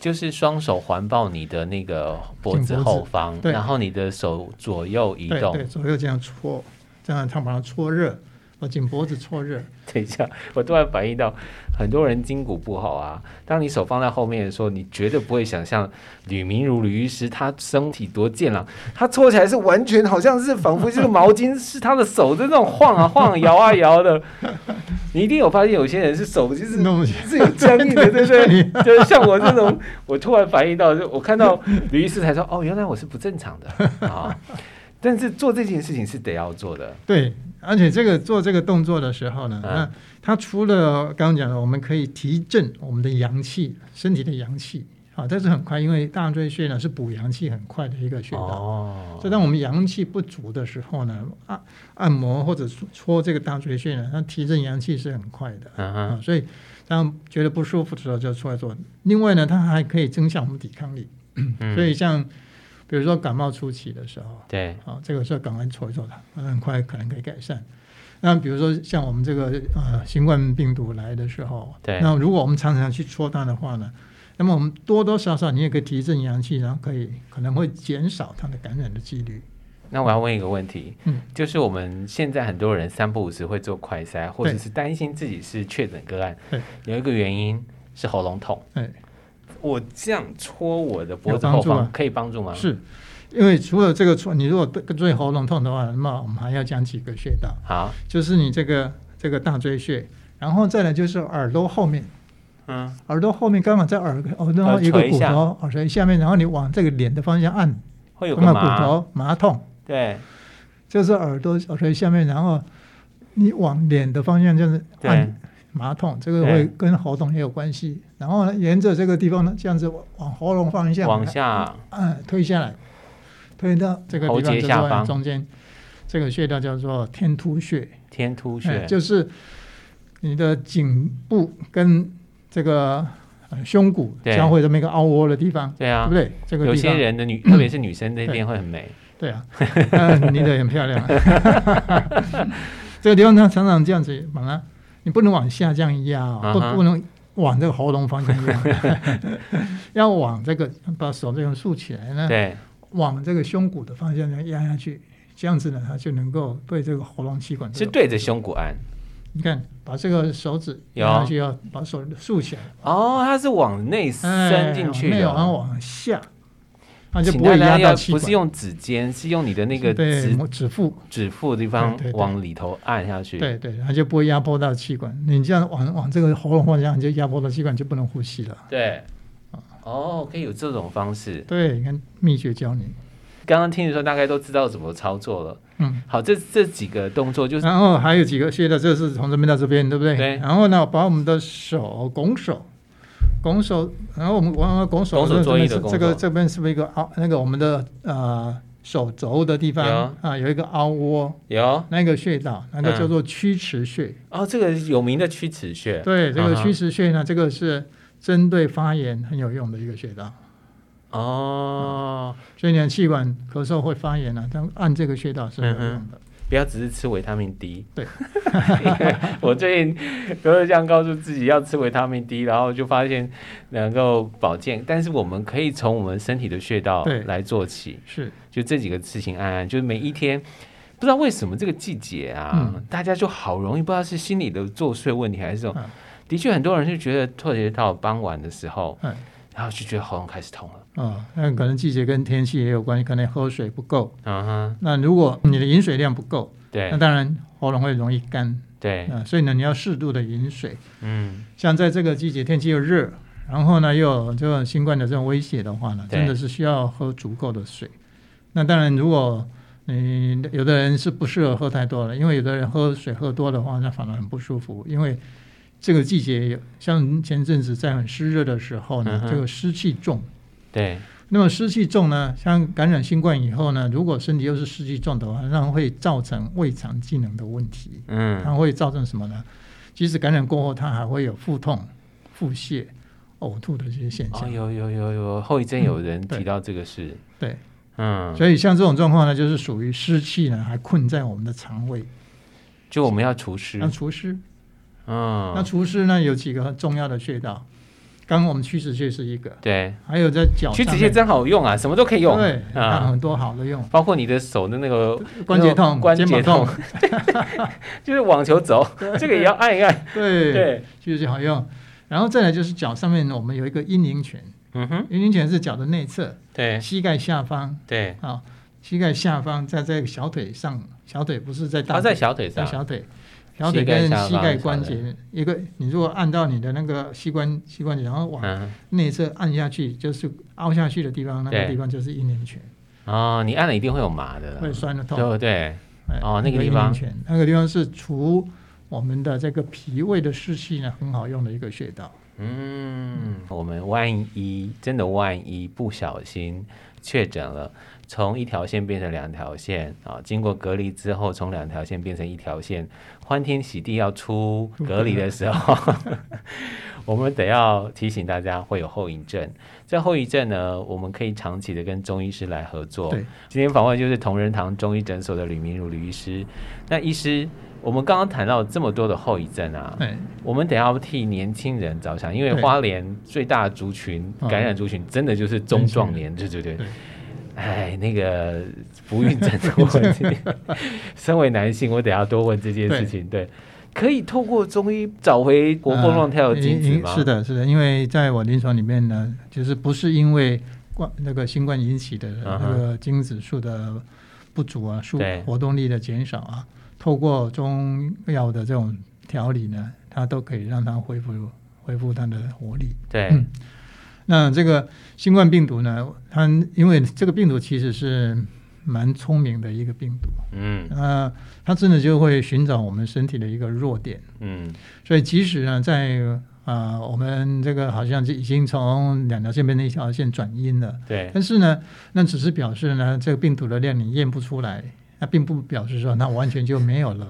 S2: 就是双手环抱你的那个脖子
S1: 颈脖子
S2: 后方，
S1: 对
S2: 然后你的手左右移
S1: 对
S2: 动。
S1: 对，左右这样搓，这样它把它搓热，把颈脖子搓热。
S2: 等一下，我突然反应到，很多人筋骨不好啊。当你手放在后面的时候，你绝对不会想象吕明如吕医师他身体多健朗，他搓起来是完全好像是仿佛这个毛巾是他的手在那种晃啊晃、摇啊摇的。你一定有发现，有些人是手就是
S1: 那我
S2: 是有僵硬的，对不 对？就是像我这种，我突然反应到，就我看到吕医师才说，哦，原来我是不正常的 啊。但是做这件事情是得要做的，
S1: 对，而且这个做这个动作的时候呢，
S2: 嗯
S1: 那它除了刚刚讲的，我们可以提振我们的阳气，身体的阳气啊，但是很快，因为大椎穴呢是补阳气很快的一个穴道。
S2: 哦
S1: 所以，当我们阳气不足的时候呢，按按摩或者搓搓这个大椎穴呢，它提振阳气是很快的
S2: 嗯
S1: 啊、
S2: 哼，
S1: 所以，当觉得不舒服的时候就搓一搓。另外呢，它还可以增强我们抵抗力。
S2: 嗯
S1: 所以，像比如说感冒初期的时候，
S2: 对，
S1: 啊，这个时候赶快搓一搓它，很快可能可以改善。那比如说像我们这个呃新冠病毒来的时候，
S2: 对
S1: 那如果我们常常去搓它的话呢，那么我们多多少少你也可以提振阳气，然后可以可能会减少它的感染的几率。
S2: 那我要问一个问题，
S1: 嗯
S2: 就是我们现在很多人三不五时会做快筛，或者是担心自己是确诊个案
S1: 对，
S2: 有一个原因是喉咙痛。
S1: 哎，
S2: 我这样戳我的脖子后
S1: 有帮助
S2: 方，
S1: 吗
S2: 可以帮助吗？
S1: 是因为除了这个搓，你如果对对喉咙痛的话，那么我们还要讲几个穴道，
S2: 好，
S1: 就是你这个这个大椎穴，然后再来就是耳朵后面。
S2: 嗯，
S1: 耳朵后面刚好在耳耳朵
S2: 耳
S1: 一个
S2: 呃垂
S1: 骨
S2: 下
S1: 头耳垂下面，然后你往这个脸的方向按，
S2: 会有个
S1: 那么骨
S2: 麻，
S1: 头麻痛，
S2: 对
S1: 就是耳朵耳垂下面，然后你往脸的方向就是
S2: 对
S1: 按麻痛，这个
S2: 对
S1: 会跟喉咙也有关系。然后呢，沿着这个地方呢，这样子往往喉咙方向
S2: 往下
S1: 按推下来，推到这个
S2: 喉
S1: 地
S2: 结
S1: 方
S2: 下
S1: 就是
S2: 方
S1: 中间这个穴道叫做天突穴，
S2: 天突
S1: 哎
S2: 穴，
S1: 就是你的颈部跟这个呃胸骨
S2: 对
S1: 交汇这么一个凹窝的地方，
S2: 对
S1: 对
S2: 啊
S1: 不，对？这个
S2: 有
S1: 地
S2: 些
S1: 方嗯
S2: 人的女，特别是女生那边会很美，
S1: 对啊， 嗯，你的很漂亮。啊 这个地方呢，常常这样子，把它，你不能往下这样压、哦，
S2: 嗯哼
S1: 不不能往这个喉咙方向压， 要往这个把手这样竖起来呢，
S2: 对，
S1: 往这个胸骨的方向这样压下去，这样子呢，它就能够对这个喉咙气管这
S2: 是
S1: 个。
S2: 对着胸骨按。
S1: 你看，把这个手指
S2: 有
S1: 压下去，要把手竖起来，
S2: 哦，它是往内伸进去
S1: 哎
S2: 的。
S1: 往内然后往下，它就
S2: 请
S1: 不会
S2: 大家
S1: 压
S2: 要
S1: 到气
S2: 不
S1: 管。
S2: 是用指尖，是用你的那个指
S1: 对指腹
S2: 指腹的地方
S1: 对对对
S2: 往里头按下去。
S1: 对对，它就不会压迫到气管。你这样往往这个喉咙方向，你就压迫到气管，就不能呼吸了。
S2: 对哦，可以有这种方式。
S1: 对，你看秘诀教你，
S2: 刚刚听你说，大概都知道怎么操作了。
S1: 嗯，
S2: 好，这这几个动作就是
S1: 然后还有几个穴道，这是从这边到这边，对不对？
S2: 对
S1: 然后呢，把我们的手拱手，拱手，然后我们往往拱手，
S2: 拱手
S1: 这
S2: 作揖
S1: 边
S2: 的
S1: 是
S2: 动作
S1: 这个这边是不是一个凹？那个我们的呃手肘的地方啊，有一个凹窝，
S2: 有
S1: 那个穴道，那个叫做曲池穴。
S2: 哦，这个有名的曲尺穴，
S1: 对，这个
S2: 嗯哼
S1: 曲池穴呢，这个是针对发炎很有用的一个穴道。
S2: 哦，
S1: 所以你的气管咳嗽会发炎啊，但按这个穴道是没有用的。
S2: 不要只是吃维他命 D。
S1: 对，
S2: 我最近都是这样告诉自己要吃维他命 D，然后就发现能够保健，但是我们可以从我们身体的穴道
S1: 对
S2: 来做起，
S1: 是，
S2: 就这几个事情按按，就是每一天。不知道为什么这个季节啊，
S1: 嗯
S2: 大家就好容易不知道是心理的作祟问题还是什么。
S1: 嗯
S2: 的确，很多人就觉得特别到傍晚的时候，
S1: 嗯
S2: 然后就觉得喉咙开始痛了。
S1: 啊，那可能季节跟天气也有关系，可能喝水不够。
S2: 嗯哼，
S1: 那如果你的饮水量不够，
S2: 对
S1: 那当然喉咙会容易干
S2: 对，
S1: 啊，所以呢，你要适度的饮水。
S2: 嗯，
S1: 像在这个季节，天气又热，然后呢又有这种新冠的这种威胁的话呢，
S2: 对
S1: 真的是需要喝足够的水。那当然，如果你有的人是不适合喝太多了，因为有的人喝水喝多的话，那反而很不舒服，因为。这个季节有像前阵子在很湿热的时候呢
S2: 嗯，哼
S1: 这个湿气重。
S2: 对，
S1: 那么湿气重呢，像感染新冠以后呢，如果身体又是湿气重的话，那会造成胃肠机能的问题。它
S2: 嗯，
S1: 会造成什么呢？即使感染过后，它还会有腹痛、腹泻、呕吐的这些现
S2: 哦，
S1: 象。
S2: 有有有有，后遗症有人
S1: 嗯对
S2: 提到这个事，
S1: 对，
S2: 嗯，
S1: 所以像这种状况呢，就是属于湿气呢还困在我们的肠胃。
S2: 就我们要除湿
S1: 那，除湿，那
S2: 嗯，
S1: 除湿呢有几个很重要的穴道，刚刚我们曲池穴是一个，
S2: 对，
S1: 还有在脚
S2: 去
S1: 上
S2: 止
S1: 面
S2: 泻真好用啊，什么都可以用，
S1: 对，它
S2: 啊，
S1: 很多好的用。
S2: 包括你的手的那个
S1: 关节痛、
S2: 关节
S1: 肩膀
S2: 痛，就是网球肘，这个也要按一按，
S1: 对，
S2: 对，
S1: 就是好用。然后再来就是脚上面，我们有一个阴陵泉，
S2: 嗯哼，
S1: 阴陵泉是脚的内侧，
S2: 对
S1: 膝盖下方，
S2: 对，
S1: 啊，膝盖下方在这个小腿上，小腿不是在大腿，
S2: 它哦在小腿
S1: 在
S2: 上，
S1: 小腿，小腿跟膝盖关节一个，你如果按到你的那个膝关膝关节，然后往
S2: 嗯，
S1: 内侧按下去，就是凹下去的地方，那个
S2: 对
S1: 地方就是阴陵泉，
S2: 哦，你按了一定会有麻的啦，
S1: 会酸的
S2: 对
S1: 痛。
S2: 不对？
S1: 哎
S2: 哦那个
S1: 阴
S2: 地方
S1: 陵泉，那个地方是除我们的这个脾胃的湿气呢，很好用的一个穴道。
S2: 嗯，我们万一真的万一不小心确诊了，从一条线变成两条线啊，经过隔离之后，从两条线变成一条线，欢天喜地要出隔离的时候， 我们得要提醒大家会有后遗症。这后遗症呢，我们可以长期的跟中医师来合作。
S1: 对，
S2: 今天访问就是同仁堂中医诊所的吕明如吕医师。那医师，我们刚刚谈到这么多的后遗症啊，
S1: 哎，
S2: 我们得要替年轻人着想，因为
S1: 对
S2: 花莲最大的族群
S1: 嗯
S2: 感染族群真的就是中壮年，对对对
S1: 对。
S2: 哎，那个不孕症的问题，身为男性，我得要多问这件事 情。对，可以透过中医找回活蹦乱跳的精
S1: 呃
S2: 子
S1: 因
S2: 吗？
S1: 是，的，是的，因为在我临床里面呢，就是不是因为冠那个新冠引起的
S2: 嗯
S1: 那
S2: 哼
S1: 个精子数的不足啊，数
S2: 对
S1: 活动力的减少啊，透过中药的这种调理呢，它都可以让它恢复恢复它的活力。
S2: 对，
S1: 嗯那这个新冠病毒呢，它因为这个病毒其实是蛮聪明的一个病毒，
S2: 嗯
S1: 那、它真的就会寻找我们身体的一个弱点。
S2: 嗯，
S1: 所以即使呢，在啊、呃我们这个好像就已经从两条线变成一条线转阴了，
S2: 对，
S1: 但是呢，那只是表示呢，这个病毒的量你验不出来，那并不表示说那完全就没有了。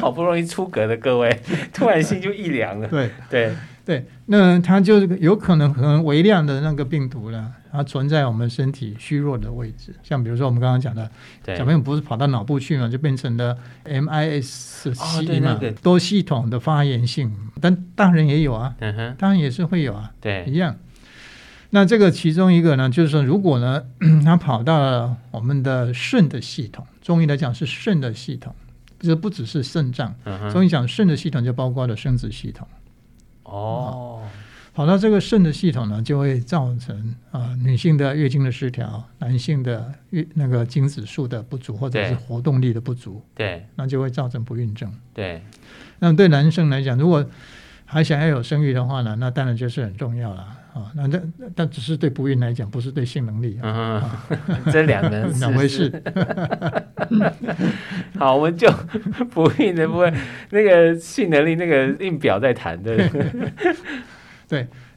S2: 好不容易出格的各位，突然心就一凉了。
S1: 对
S2: 对，
S1: 对，那它就是有可能可能微量的那个病毒呢，它存在我们身体虚弱的位置，像比如说我们刚刚讲的，
S2: 对，
S1: 小朋友不是跑到脑部去嘛，就变成了 MIS
S2: 哦
S1: C
S2: 对
S1: 嘛，
S2: 那个
S1: 多系统的发炎性，但大人也有啊，
S2: 嗯哼，
S1: 当然也是会有啊。
S2: 对，
S1: 一样。那这个其中一个呢，就是说，如果呢， 它跑到了我们的肾的系统，中医来讲是肾的系统，这不只是肾脏，
S2: 嗯哼，
S1: 中医讲肾的系统就包括了生殖系统。
S2: 哦，
S1: 跑到这个肾的系统呢，就会造成啊、呃女性的月经的失调，男性的月那个精子数的不足，或者是
S2: 对
S1: 活动力的不足，
S2: 对
S1: 那就会造成不孕症。
S2: 对，
S1: 那么对男生来讲，如果还想要有生育的话呢，那当然就是很重要了啊。那这但只
S2: 嗯
S1: 是对不孕来讲，不是对性能力啊，
S2: 嗯哼，这两门
S1: 两回事。
S2: 好，我们就 不孕的部分，那个性能力那个印表在谈的，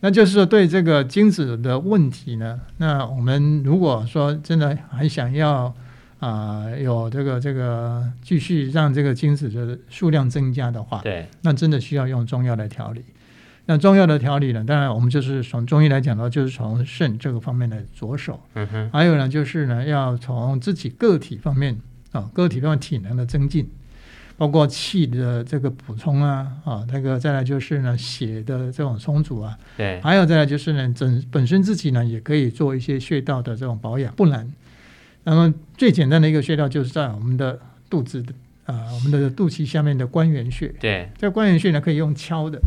S1: 那就是说对这个精子的问题呢，啊那我们如果说真的还想要啊、有这个这个继续让这个精子的数量增加的话，
S2: 对
S1: 那真的需要用中药来调理。那中药的调理呢，当然我们就是从中医来讲的话，就是从肾这个方面来着手。
S2: 嗯哼，
S1: 还有呢，就是呢，要从自己个体方面啊，个体方面体能的增进，包括气的这个补充啊，啊，那个再来就是呢，血的这种充足啊，
S2: 对，
S1: 还有再来就是呢，整本身自己呢也可以做一些穴道的这种保养，不然，那么最简单的一个穴道就是在我们的肚子的啊、我们的肚脐下面的关元穴，
S2: 对，
S1: 这关元穴呢可以用敲的，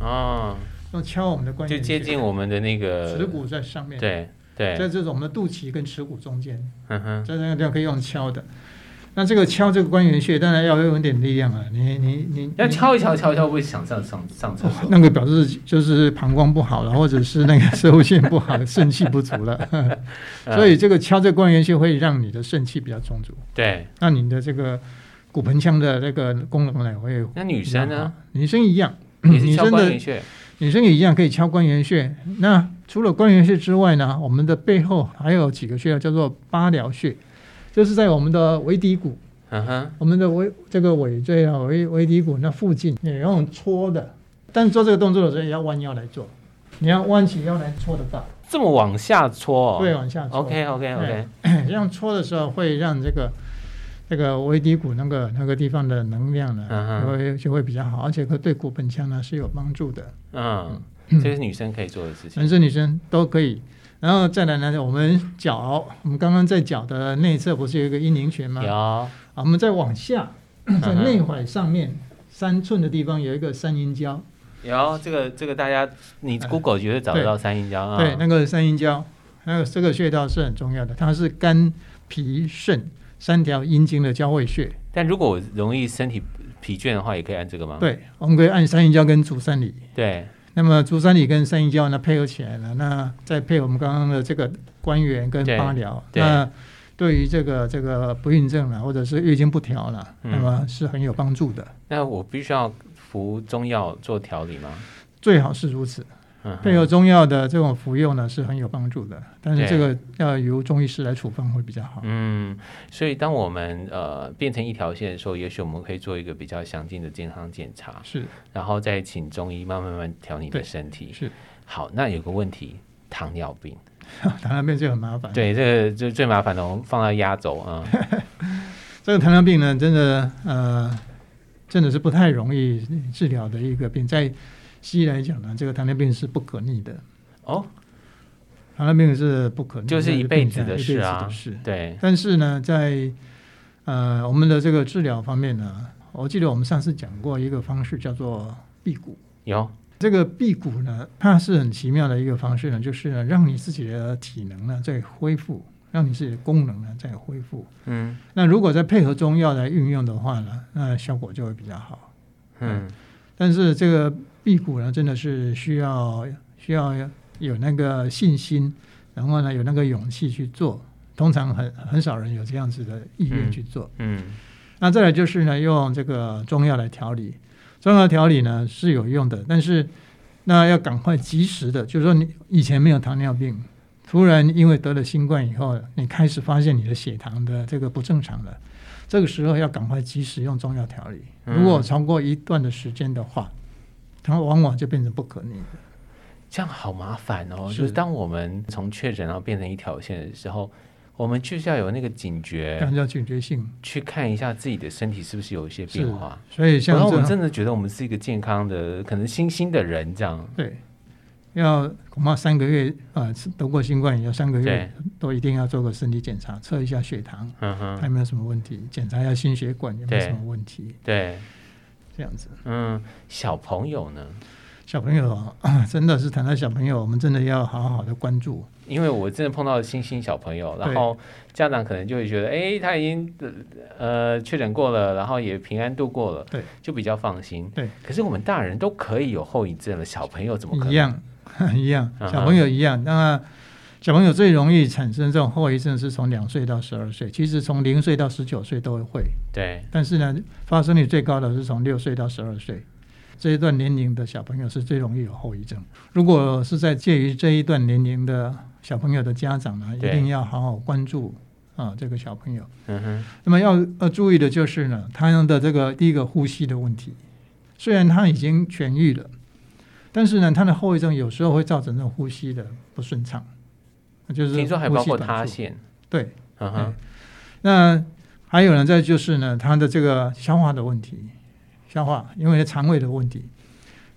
S2: 哦，
S1: 用敲我们的关
S2: 就
S1: 元
S2: 接
S1: 穴，
S2: 近我们的那个
S1: 耻骨在上面，，
S2: 对
S1: 在
S2: 对，
S1: 这种我们的肚脐跟耻骨中间。
S2: 嗯哼，
S1: 在那个地方可以用敲的。那这个敲这个关元穴，当然要有一点力量啊。你你你
S2: 要敲一敲敲一敲，会想上上上厕所，
S1: 那个表示就是膀胱不好了，或者是那个射物腺不好，肾气不足
S2: 嗯
S1: 了。 所以这个敲这个关元穴会让你的肾气比较充足，
S2: 嗯对，
S1: 那你的这个骨盆腔的那个功能呢会。
S2: 那女生呢？？
S1: 女生一样，
S2: 也
S1: 嗯
S2: 是
S1: 女
S2: 敲
S1: 生
S2: 关
S1: 的
S2: 元穴，
S1: 女生也一样可以敲关元穴。那除了关元穴之外呢，我们的背后还有几个穴道叫做八髎穴，就是在我们的尾骶骨
S2: 嗯哼，
S1: 我们的尾这个尾椎啊、尾尾骶骨那附近，你用搓的，但做这个动作的时候也要弯腰来做，你要弯起腰来搓得到，
S2: 这么往下搓，
S1: 对，往下搓。
S2: 哦
S1: 哎
S2: ，OK OK OK，
S1: 这样搓的时候会让这个这个尾骶骨那个那个地方的能量
S2: 嗯
S1: 呢，
S2: 哼
S1: 就会就会比较好，而且会对骨盆腔呢是有帮助的，
S2: 嗯，这是女生可以做的事情
S1: 男，生女生都可以。然后再来呢，我们脚，我们刚刚在脚的内侧不是有一个阴陵穴吗？
S2: 有，
S1: 啊，我们再往下，
S2: 嗯
S1: 在内踝上面三寸的地方有一个三阴交，
S2: 有这个这个大家，你 Google 绝对找得到三阴交啊，
S1: 哎对，那个三阴交，那个这个穴道是很重要的，它是肝、脾、肾三条阴经的交汇穴。
S2: 但如果我容易身体疲倦的话，也可以按这个吗？
S1: 对，我们可以按三阴交跟足三里。
S2: 对
S1: 那么足三里跟三阴交呢配合起来了，那再配合我们刚刚的这个关元跟
S2: 对
S1: 八髎，
S2: 对
S1: 那对于这个这个不孕症啊了，或者是月经不调了，
S2: 嗯
S1: 那么是很有帮助的。
S2: 那我必须要服中药做调理吗？
S1: 最好是如此，
S2: 嗯哼，
S1: 配合中药的这种服用呢是很有帮助的，但是
S2: 对
S1: 这个要由中医师来处方会比较好。
S2: 嗯，所以当我们呃变成一条线的时候，也许我们可以做一个比较详尽的健康检查，
S1: 是
S2: 然后再请中医慢慢慢慢调你的
S1: 对
S2: 身体。
S1: 是，
S2: 好，那有个问题，糖尿病，嗯
S1: 糖尿病就很麻烦。
S2: 对，这个就最麻烦的，我们放到压轴啊。
S1: 这个糖尿病呢，真的呃，真的是不太容易治疗的一个病。在西医来讲呢，这个糖尿病是不可逆的，
S2: 哦，
S1: 糖尿病是不可逆，
S2: 就是一辈子
S1: 这
S2: 的
S1: 个病
S2: 事啊
S1: 一辈子的事。
S2: 对，
S1: 但是呢，在呃我们的这个治疗方面呢，我记得我们上次讲过一个方式叫做辟谷。
S2: 有，
S1: 这个辟谷呢，它是很奇妙的一个方式呢，就是呢，让你自己的体能呢再恢复，让你自己的功能呢再恢复。
S2: 嗯
S1: 那如果再配合中药来运用的话呢，那效果就会比较好。
S2: 嗯，
S1: 但是这个辟谷呢，真的是需要需要有那个信心，然后呢有那个勇气去做。通常很很少人有这样子的意愿去做。
S2: 嗯
S1: 那再来就是呢，用这个中药来调理。中药调理呢是有用的，但是那要赶快及时的，就是说你以前没有糖尿病，突然因为得了新冠以后，你开始发现你的血糖的这个不正常了，这个时候要赶快及时用中药调理。
S2: 嗯
S1: 如果超过一段的时间的话，它往往就变成不可逆的。
S2: 这样好麻烦哦。
S1: 是
S2: 就是当我们从确诊然后变成一条线的时候，我们就是要有那个警觉，
S1: 这样叫警觉性。
S2: 去看一下自己的身体是不是有一些变化。
S1: 所以像
S2: 然后我
S1: 这
S2: 们
S1: 种
S2: 真的觉得我们是一个健康的，可能新兴的人这样。
S1: 对，要恐怕三个月啊、呃得过新冠以后三个月
S2: 对，
S1: 都一定要做个身体检查，测一下血糖。
S2: 嗯哼，
S1: 还没有什么问题，检查一下心血管有没有
S2: 对
S1: 什么问题，
S2: 对，
S1: 这样子。
S2: 嗯，小朋友呢？
S1: 小朋友啊，真的是谈到小朋友，我们真的要好好的关注。
S2: 因为我真的碰到新兴小朋友，
S1: 对
S2: 然后家长可能就会觉得，哎，他已经呃确诊过了，然后也平安度过了，
S1: 对，
S2: 就比较放心。
S1: 对，
S2: 可是我们大人都可以有后遗症了，小朋友怎么可
S1: 一
S2: 能？
S1: 样，一样，
S2: 嗯哼
S1: 小朋友一样。那小朋友最容易产生这种后遗症是从两岁到十二岁，其实从零岁到十九岁都会，
S2: 对，
S1: 但是呢，发生率最高的是从六岁到十二岁。这一段年龄的小朋友是最容易有后遗症。如果是在介于这一段年龄的小朋友的家长呢，一
S2: 对
S1: 定要好好关注啊这个小朋友。
S2: 嗯哼，
S1: 那么要要注意的就是呢，他的这个第一个呼吸的问题，虽然他已经痊愈了，但是呢，他的后遗症有时候会造成这种呼吸的不顺畅，就是
S2: 听说还
S1: 呼
S2: 包
S1: 吸
S2: 括
S1: 短
S2: 塌
S1: 促
S2: 陷，
S1: 对，嗯
S2: 嗯哼，，
S1: 那还有呢，再就是呢，他的这个消化的问题，消化因为肠胃的问题，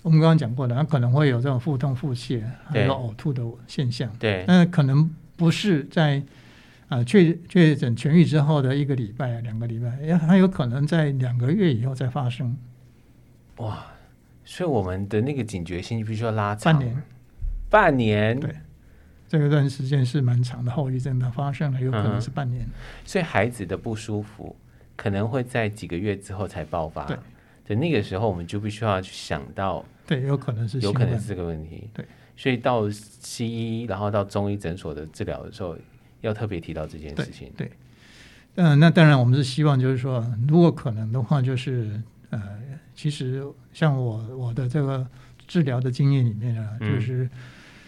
S1: 我们刚刚讲过的，他可能会有这种腹痛、腹泻，还有
S2: 对
S1: 呕吐的现象。
S2: 对，
S1: 那可能不是在啊确确诊痊愈之后的一个礼拜、两个礼拜，也还有可能在两个月以后再发生，
S2: 哇，所以我们的那个警觉性必须要拉长，
S1: 半年，
S2: 半年，
S1: 对这个段时间是蛮长的后遗症的发生了，有可
S2: 嗯
S1: 能
S2: 哼
S1: 是半年。
S2: 所以孩子的不舒服可能会在几个月之后才爆发
S1: 对，
S2: 对，那个时候我们就必须要去想到，
S1: 对，有可能是
S2: 有
S1: 新
S2: 可能
S1: 冠
S2: 是这个问题，
S1: 对，
S2: 所以到西医，然后到中医诊所的治疗的时候，要特别提到这件事情，
S1: 对，嗯、那当然我们是希望就是说，如果可能的话，就是呃，其实像我我的这个治疗的经验里面呢，
S2: 嗯
S1: 就是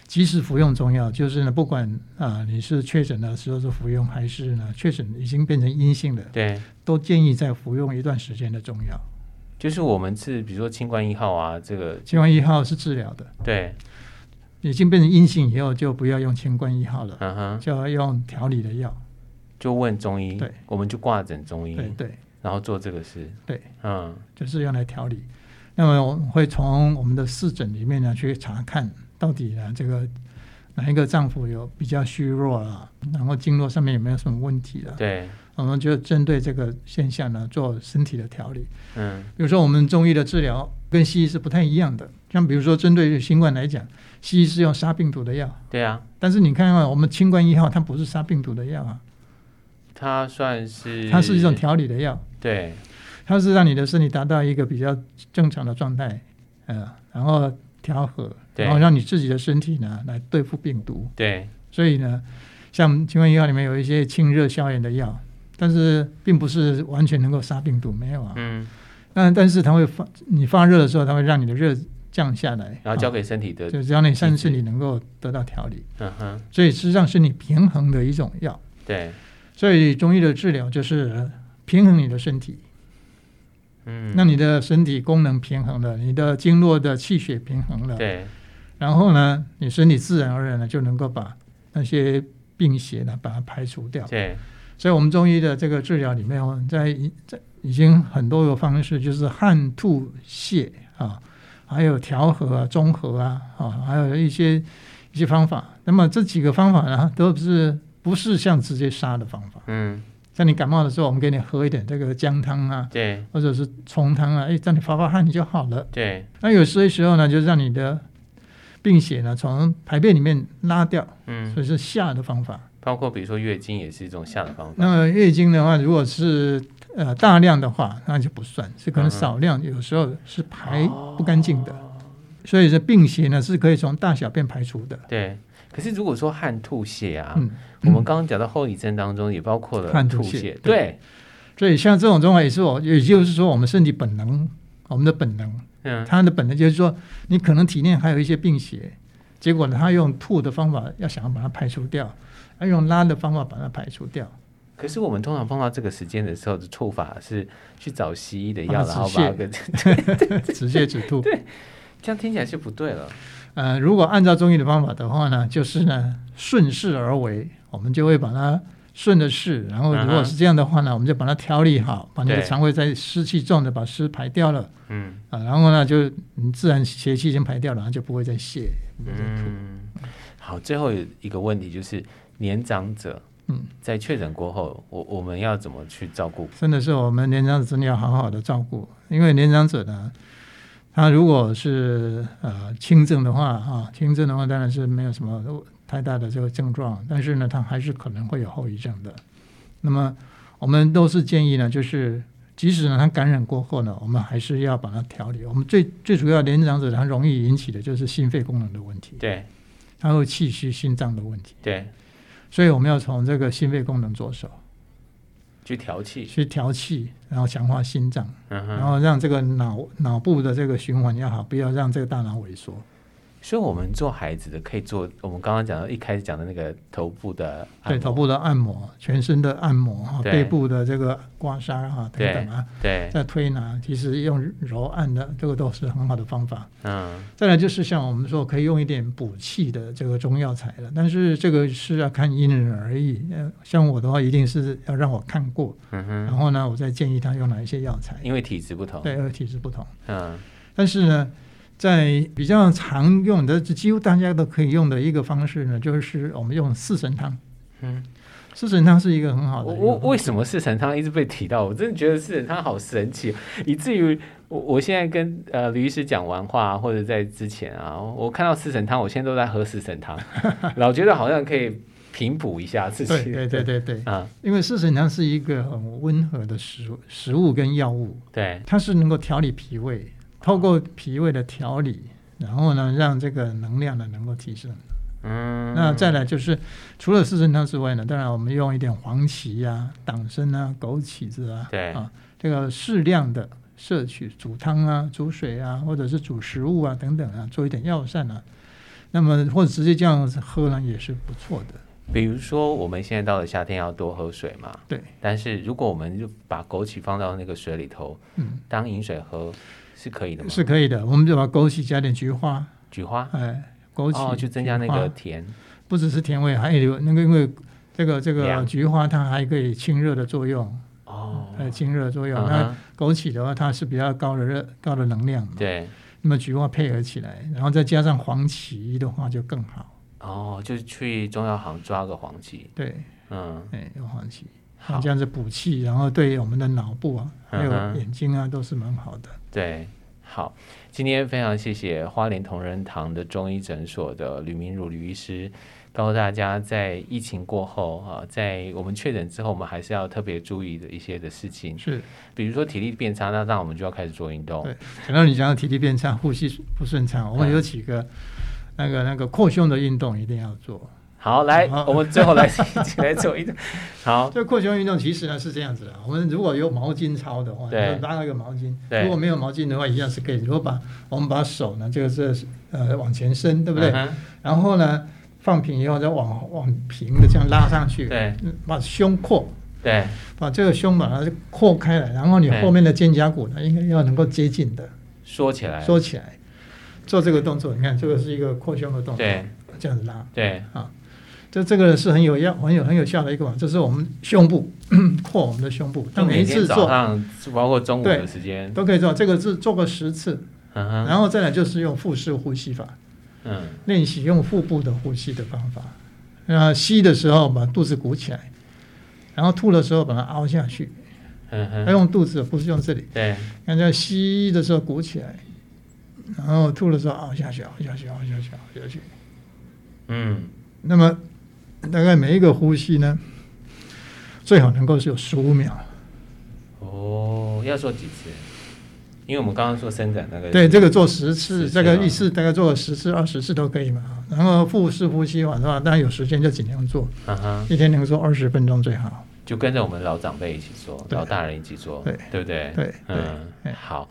S1: 即使服用中药，就是呢，不管啊、你是确诊的时候是服用，还是呢确诊已经变成阴性的，
S2: 对，
S1: 都建议在服用一段时间的中药。
S2: 就是我们是比如说清冠一号啊，这个
S1: 清冠一号是治疗的，
S2: 对，
S1: 已经变成阴性以后就不要用清冠一号了，
S2: 嗯哼，
S1: 就要用调理的药。
S2: 就问中医，
S1: 对，
S2: 我们就挂诊中医，
S1: 对对。
S2: 然后做这个事，
S1: 对，
S2: 嗯，
S1: 就是用来调理。那么我们会从我们的四诊里面呢去查看，到底呢这个哪一个脏腑有比较虚弱啊，然后经络上面有没有什么问题了、
S2: 对，
S1: 我们就针对这个现象呢做身体的调理。
S2: 嗯，
S1: 比如说我们中医的治疗跟西医是不太一样的，像比如说针对新冠来讲，西医是用杀病毒的药，
S2: 对啊，
S1: 但是你看啊，我们清冠一号它不是杀病毒的药啊，
S2: 它算是
S1: 它是一种调理的药。
S2: 对，
S1: 它是让你的身体达到一个比较正常的状态，呃，然后调和，
S2: 对
S1: 然后让你自己的身体呢来对付病毒。
S2: 对，
S1: 所以呢，像清瘟疫药里面有一些清热消炎的药，但是并不是完全能够杀病毒，没有啊。
S2: 嗯，
S1: 那、但是它会发，你发热的时候，它会让你的热降下来，
S2: 然后交
S1: 啊
S2: 给身体的，
S1: 就只要你三
S2: 体质
S1: 次你能够得到调理，
S2: 嗯哼，
S1: 所以实际上是你平衡的一种药。
S2: 对，
S1: 所以中医的治疗就是呃平衡你的身体，
S2: 嗯，
S1: 那你的身体功能平衡了，你的经络的气血平衡了，
S2: 对，
S1: 然后呢，你身体自然而然的就能够把那些病邪呢把它排除掉。
S2: 对，
S1: 所以，我们中医的这个治疗里面，我们在在已经很多个方式，就是汗吐泻啊，还有调和啊、中和啊，啊，还有一些一些方法。那么这几个方法呢，都不是不是像直接杀的方法。
S2: 嗯，
S1: 像你感冒的时候，我们给你喝一点这个姜汤啊，
S2: 对，
S1: 或者是冲汤啊，哎，让你发发汗就好了。
S2: 对，
S1: 那有些时候呢，就让你的病血呢从排便里面拉掉，
S2: 嗯，
S1: 所以是下的方法。
S2: 包括比如说月经也是一种下的方
S1: 那
S2: 法，
S1: 么月经的话，如果是呃大量的话，那就不算，是可能
S2: 嗯
S1: 少量，有时候是排不干净的。所以这病邪呢是可以从大小便排除的。
S2: 对。可是如果说汗吐泻啊，
S1: 嗯，
S2: 我们刚刚讲到后遗症当中也包括了
S1: 汗
S2: 吐
S1: 吐
S2: 泻
S1: 泻，
S2: 对，
S1: 所以像这种状况也是我，也就是说我们身体本能，我们的本能，
S2: 嗯，
S1: 它的本能就是说你可能体内还有一些病邪，结果呢他用吐的方法要想要把它排除掉，他用拉的方法把它排除掉。
S2: 可是我们通常碰到这个时间的时候的做法是去找西医的
S1: 把
S2: 药，
S1: 它
S2: 然后
S1: 止
S2: 把
S1: 泻
S2: 个
S1: 止泻止吐。
S2: 这样听起来是不对了。
S1: 呃，如果按照中医的方法的话呢，就是呢顺势而为，我们就会把它顺着势，然后如
S2: 嗯哼
S1: 果是这样的话呢，我们就把它调理好，把你的
S2: 对
S1: 肠胃在湿气重的把湿排掉了
S2: 嗯
S1: 啊，然后呢就你自然邪气已经排掉了，然后就不会再泻，不会再吐。
S2: 嗯，好，最后有一个问题就是年长者
S1: 嗯，
S2: 在确诊过后，我我们要怎么去照顾？
S1: 真的是我们年长者真的要好好的照顾，因为年长者呢，他如果是呃轻症的话啊，轻症的话当然是没有什么太大的这个症状，但是呢，他还是可能会有后遗症的。那么我们都是建议呢，就是即使呢他感染过后呢，我们还是要把它调理。我们最最主要年长者他容易引起的就是心肺功能的问题，
S2: 对，
S1: 他会气虚、心脏的问题，
S2: 对，
S1: 所以我们要从这个心肺功能着手，
S2: 去调气，
S1: 去调气，然后强化心脏，
S2: 嗯
S1: 然
S2: 哼。
S1: 后让这个脑脑部的这个循环要好，不要让这个大脑萎缩。
S2: 所以我们做孩子的可以做，我们刚刚讲到一开始讲的那个头部的按
S1: 对
S2: 摩，
S1: 头部的按摩、全身的按摩啊，
S2: 对
S1: 背部的这个刮痧啊等等啊，
S2: 对，
S1: 再推拿，其实用揉按的这个都是很好的方法。
S2: 嗯，
S1: 再来就是像我们说可以用一点补气的这个中药材了，但是这个是要看因人而异。呃像我的话，一定是要让我看过，
S2: 嗯
S1: 然
S2: 哼，
S1: 后呢，我再建议他用哪一些药材。
S2: 因为体质不同，
S1: 对，而体质不同。
S2: 嗯，
S1: 但是呢，在比较常用的，几乎大家都可以用的一个方式呢，就是我们用四神汤。
S2: 嗯，
S1: 四神汤是一个很好的
S2: 我
S1: 一个
S2: 我为什么四神汤一直被提到？我真的觉得四神汤好神奇，啊以至于我我现在跟呃吕医师讲完话，或者在之前啊，我看到四神汤，我现在都在喝四 神汤，老觉得好像可以平补一下自
S1: 对
S2: 己。
S1: 对对对对，
S2: 啊，
S1: 因为四神汤是一个很温和的食物食物跟药物，
S2: 对，
S1: 它是能够调理脾胃，透过脾胃的调理，然后呢，让这个能量呢能够提升。
S2: 嗯，
S1: 那再来就是，除了四神汤之外呢，当然我们用一点黄芪呀、党参啊、枸杞子啊，
S2: 对
S1: 啊，这个适量的摄取，煮汤啊、煮水啊，或者是煮食物啊等等啊，做一点药膳啊。那么或者直接这样子喝呢，也是不错的。
S2: 比如说我们现在到了夏天要多喝水嘛，
S1: 对，
S2: 但是如果我们就把枸杞放到那个水里头
S1: 嗯，
S2: 当饮水喝，是可以的吗？
S1: 是可以的。我们就把枸杞加点菊花，
S2: 菊花
S1: 哎，枸杞、
S2: 哦，就增加那
S1: 菊花
S2: 个甜，
S1: 不只是甜味，还有那个因为这个这个
S2: 凉
S1: 菊花它还可以清热的作用，
S2: 哦，
S1: 还有清热的作用。
S2: 嗯
S1: 那
S2: 哼
S1: 枸杞的话，它是比较高的热高的能量嘛，
S2: 对。
S1: 那么菊花配合起来，然后再加上黄芪的话就更好。
S2: 哦，就是去中药行抓个黄芪，
S1: 对，
S2: 嗯，
S1: 哎，用黄芪，
S2: 好
S1: 这，样子补气，然后对我们的脑部啊，还有
S2: 嗯哼
S1: 眼睛啊，都是蛮好的。
S2: 对，好，今天非常谢谢花莲同仁堂的中医诊所的吕明儒吕医师，告诉大家在疫情过后啊，在我们确诊之后，我们还是要特别注意的一些的事情，
S1: 是，
S2: 比如说体力变差，那那我们就要开始做运动，
S1: 对讲到你讲到体力变差、呼吸不顺畅，我们
S2: 嗯
S1: 有几个那个那个扩胸的运动一定要做。
S2: 好，来，
S1: 好
S2: 我们最后来一起来做 一个，好，
S1: 这扩胸运动其实呢啊是这样子的，我们如果有毛巾抄的话，
S2: 对
S1: 就拉那个毛巾；
S2: 对
S1: 如果没有毛巾的话，一样是可以。如果把我们把手呢，就是呃往前伸，对不对？
S2: 嗯哼
S1: 然后呢，放平以后再往往平的这样拉上去，
S2: 对
S1: 嗯，把胸扩，
S2: 对，
S1: 把这个胸把它扩开来，然后你
S2: 对
S1: 后面的肩胛骨呢，应该要能够接近的
S2: 说起来，
S1: 缩起来，做这个动作。你看，这个是一个扩胸的动作，
S2: 对
S1: 这样子拉。
S2: 对，
S1: 啊，这这个是很有效、很有很有效的一个嘛，这是我们胸部 扩我们的胸部，那
S2: 就
S1: 每
S2: 每
S1: 一
S2: 天
S1: 次
S2: 早
S1: 做
S2: 上，包括中午
S1: 对
S2: 的时间，
S1: 都可以做，这个是做个十次，
S2: 嗯哼，
S1: 然后再来就是用腹式呼吸法，
S2: 嗯。
S1: 练习用腹部的呼吸的方法。那吸的时候把肚子鼓起来，然后吐的时候把它凹下去，
S2: 嗯哼
S1: 要用肚子，不是用这里。
S2: 对，
S1: 看这吸的时候鼓起来，然后吐的时候凹下去，凹下去，凹下去，凹下去。
S2: 嗯，
S1: 那么大概每一个呼吸呢，最好能够是有十五秒。
S2: 哦，要说几次？因为我们刚刚说伸展那个，
S1: 对，这个做十次，
S2: 十次
S1: 这个
S2: 啊
S1: 一次大概做十次、二十次都可以嘛。然后腹式呼吸法的话，当然有时间就尽量做，
S2: 嗯哼，
S1: 一天能够做二十分钟最好。
S2: 就跟着我们老长辈一起做，
S1: 对
S2: 老大人一起做，
S1: 对
S2: 对不对？
S1: 对
S2: 嗯
S1: 对，
S2: 好，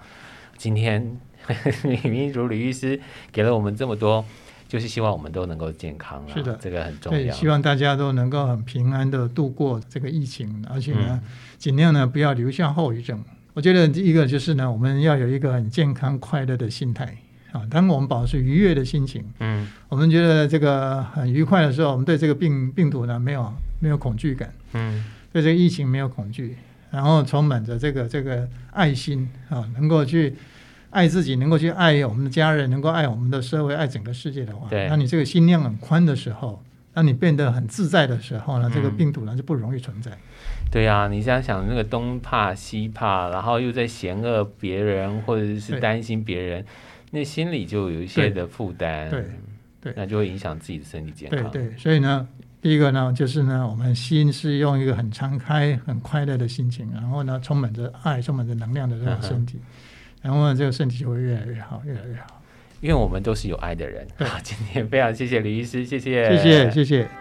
S2: 今天 李明如吕医师给了我们这么多，就是希望我们都能够健康了，
S1: 是的
S2: 这个很重
S1: 对，
S2: 要。
S1: 希望大家都能够很平安的度过这个疫情，而且
S2: 嗯
S1: 呢，尽量呢不要留下后遗症。我觉得第一个就是呢，我们要有一个很健康快乐的心态啊。当我们保持愉悦的心情，
S2: 嗯，
S1: 我们觉得这个很愉快的时候，我们对这个病病毒呢没有没有恐惧感，
S2: 嗯
S1: 对这个疫情没有恐惧，然后充满着这个这个爱心啊，能够去爱自己，能够去爱我们的家人，能够爱我们的社会，爱整个世界的话，
S2: 对
S1: 那你这个心量很宽的时候，当你变得很自在的时候呢
S2: 嗯，
S1: 这个病毒呢就不容易存在。
S2: 对啊，你想想那个东怕西怕，然后又在嫌恶别人，或者是
S1: 对
S2: 担心别人，那心里就有一些
S1: 对
S2: 的负担，
S1: 对对
S2: 那就会影响自己的身体健
S1: 对
S2: 康。
S1: 对，所以呢，第一个呢就是呢，我们心是用一个很敞开、很快乐的心情，然后呢充
S2: 嗯
S1: 满着爱、充满着能量的这种身体，然后呢这个身体就会越来越好，越来越好。
S2: 因为我们都是有爱的人。好，今天非常谢谢李医师，谢谢，
S1: 谢谢，谢谢。